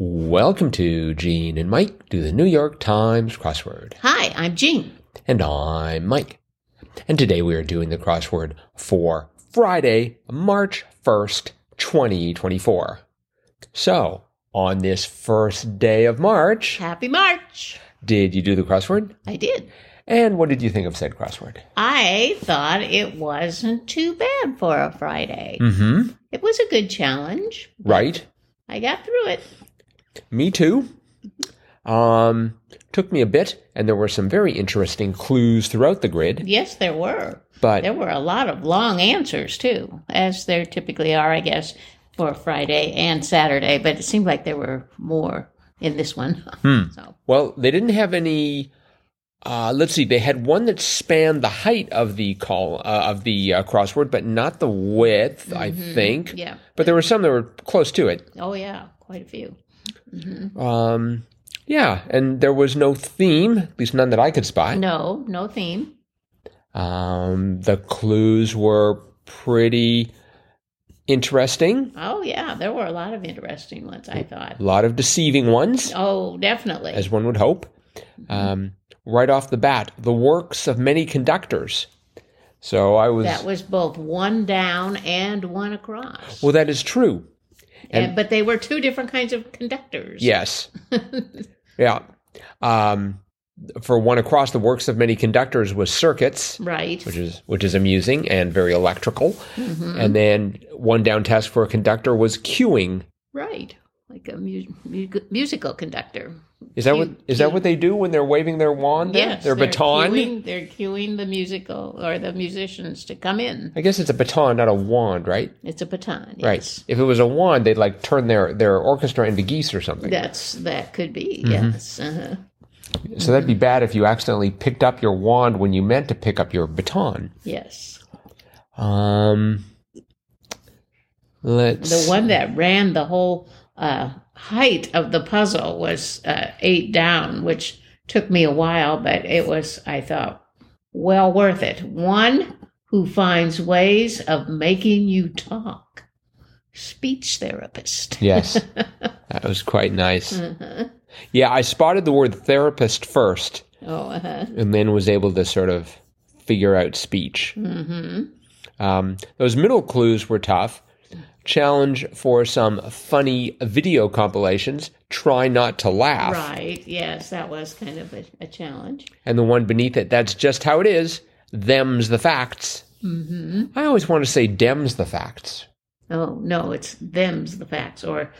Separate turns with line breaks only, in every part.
Welcome to Gene and Mike do the New York Times crossword.
Hi, I'm Jean.
And I'm Mike. And today we are doing the crossword for Friday, March 1st, 2024. So, on this first day of March,
Happy March.
did you do the crossword?
I did.
And what did you think of said crossword?
I thought it wasn't too bad for a Friday.
Mm hmm.
It was a good challenge.
Right?
I got through it.
Me too. Um, took me a bit, and there were some very interesting clues throughout the grid,
Yes, there were.
but
There were a lot of long answers too, as there typically are, I guess, for Friday and Saturday, but it seemed like there were more in this one. So,
Well, they didn't have any. Uh, let's see. They had one that spanned the height of the call uh, of the uh, crossword, but not the width. I think.
Mm-hmm. yeah.
But there were some that were close to it.
Oh, yeah, quite a few.
Um, yeah, and there was no theme, at least none that I could spot.
No, no theme.
Um, the clues were pretty interesting.
Oh, yeah, there were a lot of interesting ones, I thought.
A lot of deceiving ones,
Oh, definitely.
as one would hope.
Mm-hmm.
Um, right off the bat, the works of many conductors. So I was.
That was both one down and one across.
well, that is true.
and, but they were two different kinds of conductors.
Yes. yeah. Um, for one across, the works of many conductors was circuits,
Right.
which is which is amusing and very electrical.
Mm-hmm.
And then one down task for a conductor was queuing.
Right. Like a mu- mu- musical conductor.
Is that what is that what they do when they're waving their wand? there?
Yes.
their
they're
baton.
Cueing, they're cueing the musical or the musicians to come in.
I guess it's a baton, not a wand, right?
It's a baton.
Right. If it was a wand, they'd like turn their their orchestra into geese or something.
Right. That's that could be.
Mm-hmm.
Yes. Uh-huh.
So that'd be bad if you accidentally picked up your wand when you meant to pick up your baton.
Yes.
Um, let's.
The one that ran the whole uh, height of the puzzle was uh, eight down, which took me a while, but it was, I thought, well worth it. One who finds ways of making you talk. Speech therapist.
Yes, that was quite nice.
Mm-hmm.
Yeah, I spotted the word therapist first,
Oh, uh-huh.
and then was able to sort of figure out speech.
Mm-hmm.
Um, those middle clues were tough. Challenge for some funny video compilations. Try not to laugh.
right. Yes, that was kind of a, a challenge.
And the one beneath it, that's just how it is. Them's the facts. Mm-hmm. I always want to say dem's the facts.
Oh, no, it's them's the facts or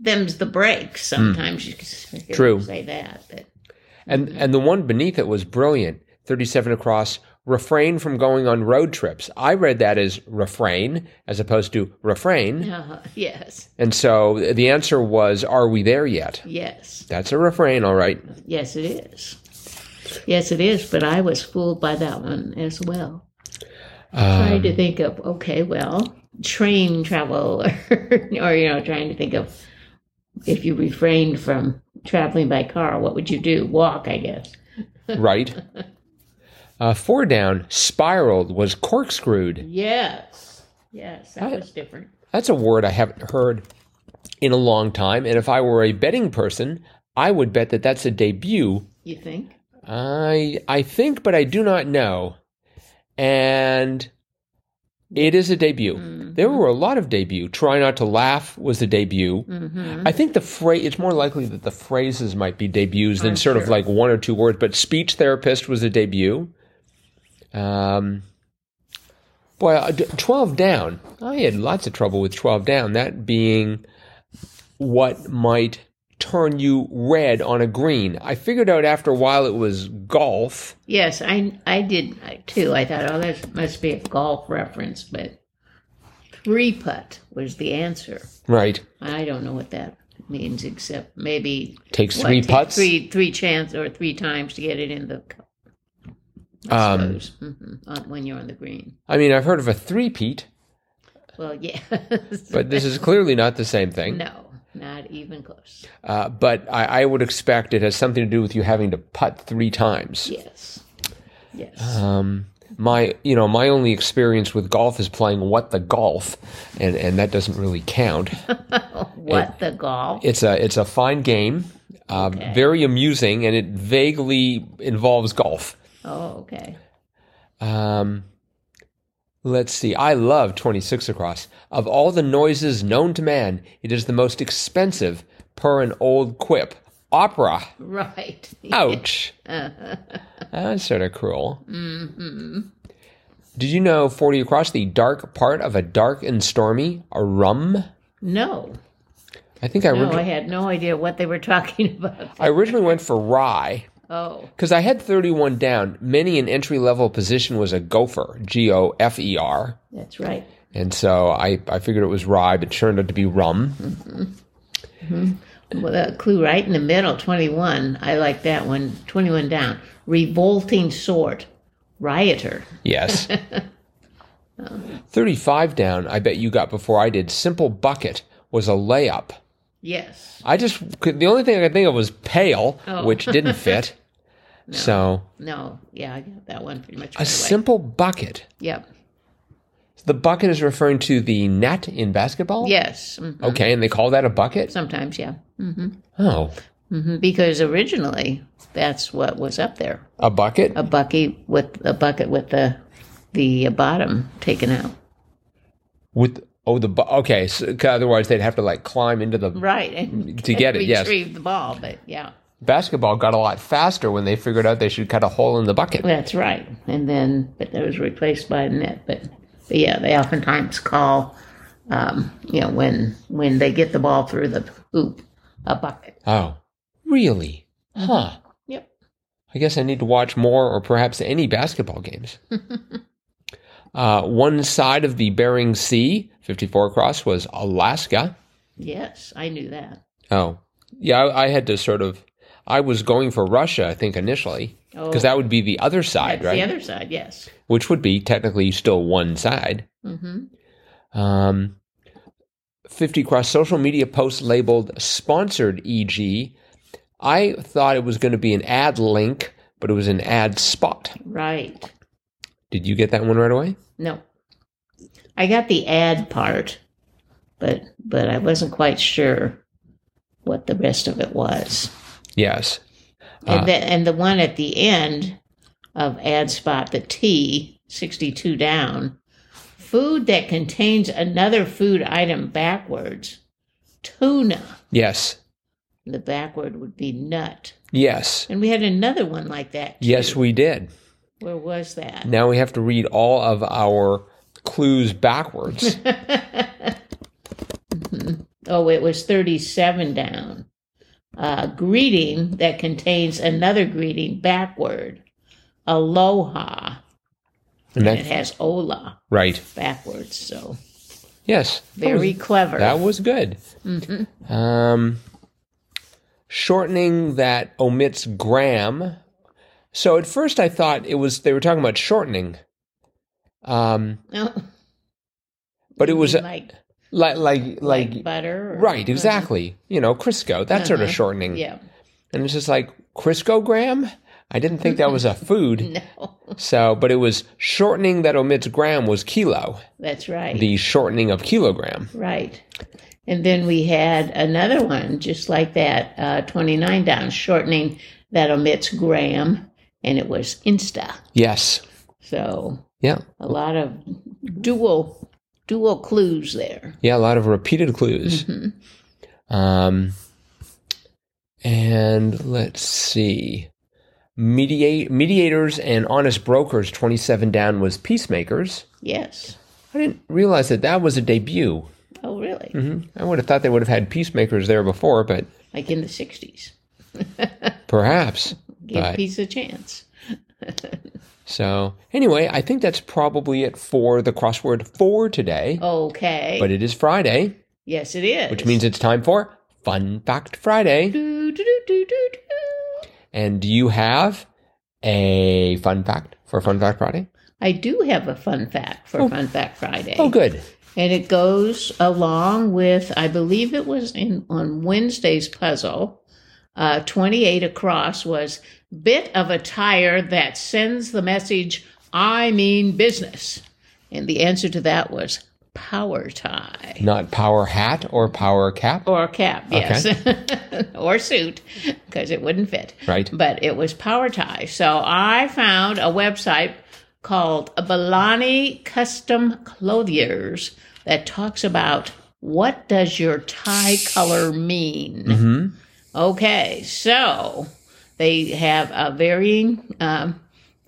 them's the breaks. Sometimes you can you
True.
say that. But
And and the one beneath it was brilliant. Thirty-seven across. Refrain from going on road trips. I read that as refrain as opposed to refrain.
uh, yes,
And so the answer was, "Are we there yet?"
yes.
That's a refrain, all right.
Yes, it is. Yes, it is. But I was fooled by that one as well. trying to think of okay, well, train travel, or, or you know, trying to think of if you refrained from traveling by car, what would you do? Walk, I guess.
Right. Uh, four down. Spiraled was corkscrewed.
Yes, yes, that was different.
That's a word I haven't heard in a long time. And if I were a betting person, I would bet that that's a debut
You think?
I I think, but I do not know. And it is a debut.
Mm-hmm.
There were a lot of debut. Try not to laugh was the debut.
Mm-hmm.
I think the phrase. It's more likely that the phrases might be debuts than sort of like one or two words. But speech therapist was a debut. Um. Boy, uh, d- twelve down. I had lots of trouble with twelve down. That being what might turn you red on a green. I figured out after a while it was golf.
Yes, I I did uh, too. I thought, oh, that must be a golf reference, but three putt was the answer.
Right.
I don't know what that means, except maybe
Takes
what,
three
take
putts.
three three chance or three times to get it in the cup. I
Um,
suppose Mhm. On- when you're on the green.
I mean, I've heard of a three-peat,
Well, yeah,
but this is clearly not the same thing.
no, not even close.
Uh, but I, I would expect it has something to do with you having to putt three times.
Yes, yes,
Um, my you know my only experience with golf is playing what the golf, and and that doesn't really count.
what the golf?
It's a it's a fine game, uh,
Okay.
very amusing, and it vaguely involves golf.
Oh, okay.
Um, let's see. I love 26 across. Of all the noises known to man, it is the most expensive per an old quip. Opera.
Right.
Ouch. That's sort of cruel. Mm-hmm. Did you know 40 across the dark part of a dark and stormy? A rum?
No.
I think I,
No, I
orig-
had no idea what they were talking about.
I originally went for rye.
Oh,
Because I had 31 down. Many an entry level position was a gopher, G O F E R.
that's right.
And so I, I figured it was rye, but it turned out to be rum.
Well, the clue right in the middle, 21. I like that one. 21 down. Revolting sort. Rioter.
Yes. 35 down, I bet you got before I did. Simple bucket was a layup.
Yes.
I just, could, the only thing I could think of was pale,
Oh.
which didn't fit. So
No. Yeah, I got that one pretty much.
a
right away.
simple bucket.
Yep.
The bucket is referring to the net in basketball?
Yes. Mm,
Okay, and they call that a bucket?
Sometimes, yeah.
Oh,
Mhm, Because originally, that's what was up there.
a bucket?
A bucket with a bucket with the the bottom taken out.
With, oh, the, bu- okay, so, 'cause otherwise they'd have to like climb into the
Right. And
To get it, yes.
Retrieve the ball, but yeah.
basketball got a lot faster when they figured out they should cut a hole in the bucket.
That's right. And then, but that was replaced by a net. But, but yeah, they oftentimes call, um, you know, when when they get the ball through the hoop, a bucket.
Oh, really?
Mm-hmm.
Huh.
Yep.
I guess I need to watch more or perhaps any basketball games. uh, one side of the Bering Sea, 54 across, was Alaska.
Yes, I knew that.
Oh, yeah, I, I had to sort of. I was going for Russia, I think, initially, because
Oh.
that would be the other side,
That's
right?
the other side. Yes.
Which would be technically still one side.
Mm-hmm.
Um, 50 across social media posts labeled sponsored EG. I thought it was going to be an ad link, but it was an ad spot.
Right.
Did you get that one right away?
No, I got the ad part, but but I wasn't quite sure what the rest of it was.
Yes. Uh,
And, the, and the one at the end of ad spot, the T, 62 down, food that contains another food item backwards, tuna.
Yes.
The backward would be nut.
Yes.
And we had another one like that. too.
Yes, we did.
Where was that?
Now we have to read all of our clues backwards.
Oh, it was 37 down. Uh, greeting that contains another greeting backward, aloha.
And
And it
that-
has ola
right.
backwards. So
Yes.
very clever.
That was good. Um, shortening that omits gram. So at first I thought it was they were talking about shortening, um,
No.
but it was uh,
like
like like like,
like butter. Or,
right exactly. You know Crisco that sort of
Uh-huh.
shortening.
Yeah.
And it's just like Crisco gram. I didn't think that was a food.
No,
So, but it was shortening that omits gram was kilo.
that's right.
The shortening of kilogram.
right. And then we had another one just like that, uh, 29 down, shortening that omits gram, and it was Insta.
Yes.
So
Yeah.
a lot of dual dual clues there.
Yeah, a lot of repeated clues. Um, and let's see. Mediate, mediators and honest brokers, 27 down was peacemakers.
Yes.
I didn't realize that that was a debut. Mm-hmm.
Oh, really?
I would have thought they would have had peacemakers there before, but
Like in the 60s.
perhaps.
Give
Right.
peace a chance.
So, anyway, I think that's probably it for the crossword for today.
Okay.
But it is Friday,
yes, it is.
which means it's time for Fun Fact Friday.
Do, do, do, do, do, do.
And do you have a fun fact for Fun Fact Friday?
I do have a fun fact for Fun Fact Friday.
Oh, good.
And it goes along with, I believe it was in on Wednesday's puzzle. Uh, 28 across was bit of attire that sends the message I mean business. And the answer to that was power tie
Not power hat or power cap.
or cap, yes, or suit, because it wouldn't fit.
Right.
But it was power tie. So I found a website called Balani Custom Clothiers that talks about what does your tie color mean. Okay, so they have uh, varying um,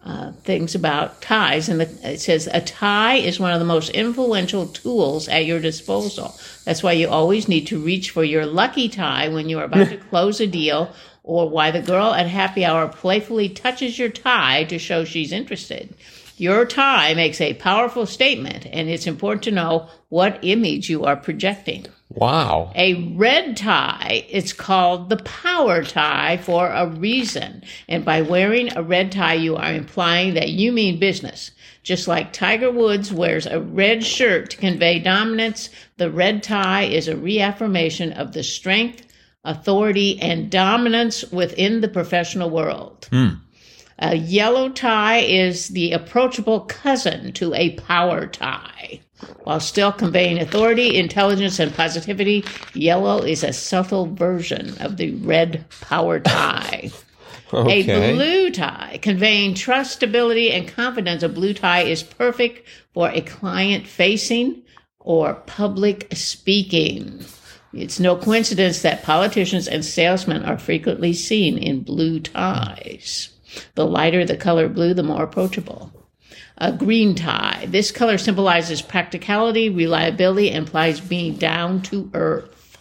uh, things about ties, and the, it says a tie is one of the most influential tools at your disposal. That's why you always need to reach for your lucky tie when you are about to close a deal, or why the girl at happy hour playfully touches your tie to show she's interested. Your tie makes a powerful statement, and it's important to know what image you are projecting
Wow.
a red tie it's called the power tie for a reason and by wearing a red tie you are implying that you mean business just like tiger woods wears a red shirt to convey dominance the red tie is a reaffirmation of the strength authority and dominance within the professional world a yellow tie is the approachable cousin to a power tie. While still conveying authority, intelligence, and positivity, yellow is a subtle version of the red power tie.
Okay.
A blue tie conveying trust, stability, and confidence. A blue tie is perfect for a client facing or public speaking. It's no coincidence that politicians and salesmen are frequently seen in blue ties. The lighter the color blue, the more approachable. A green tie. This color symbolizes practicality, reliability, and implies being down to earth.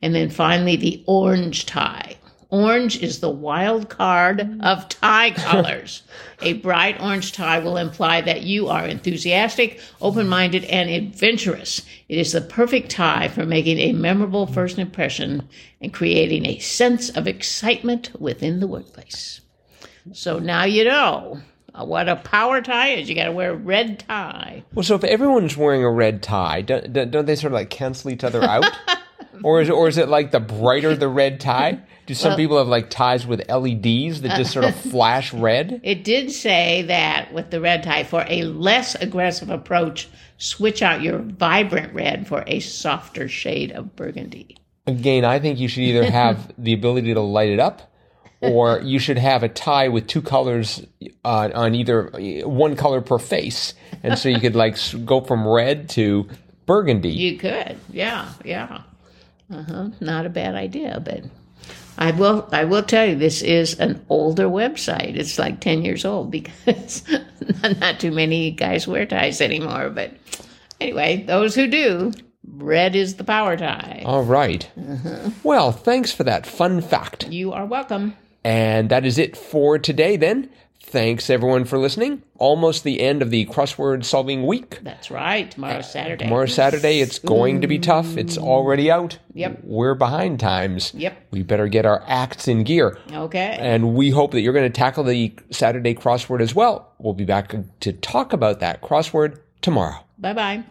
And then finally, the orange tie. Orange is the wild card of tie colors. a bright orange tie will imply that you are enthusiastic, open minded, and adventurous. It is the perfect tie for making a memorable first impression and creating a sense of excitement within the workplace. So now you know uh, what a power tie is. You got to wear a red tie.
Well, so if everyone's wearing a red tie, don't, don't don't they sort of like cancel each other out? or is it, or is it like the brighter the red tie? Do
Uh,
some people have like ties with LEDs that just sort of flash red?
It did say that with the red tie, for a less aggressive approach, switch out your vibrant red for a softer shade of burgundy.
Again, I think you should either have the ability to light it up, or you should have a tie with two colors uh, on either one color per face, and so you could like s- go from red to burgundy.
You could, yeah, yeah. Uh-huh. Not a bad idea, but I will. I will tell you, this is an older website. It's like ten years old because not, not too many guys wear ties anymore. But anyway, those who do, red is the power tie.
All right.
Uh-huh.
Well, thanks for that fun fact.
You are welcome.
And that is it for today, then. Thanks, everyone, for listening. Almost the end of the crossword solving week.
That's right. Tomorrow's Saturday.
Tomorrow, Saturday, it's going to be tough. It's already out.
Yep.
We're behind times.
Yep.
We better get our acts in gear.
Okay.
And we hope that you're going to tackle the Saturday crossword as well. We'll be back to talk about that crossword tomorrow.
Bye bye.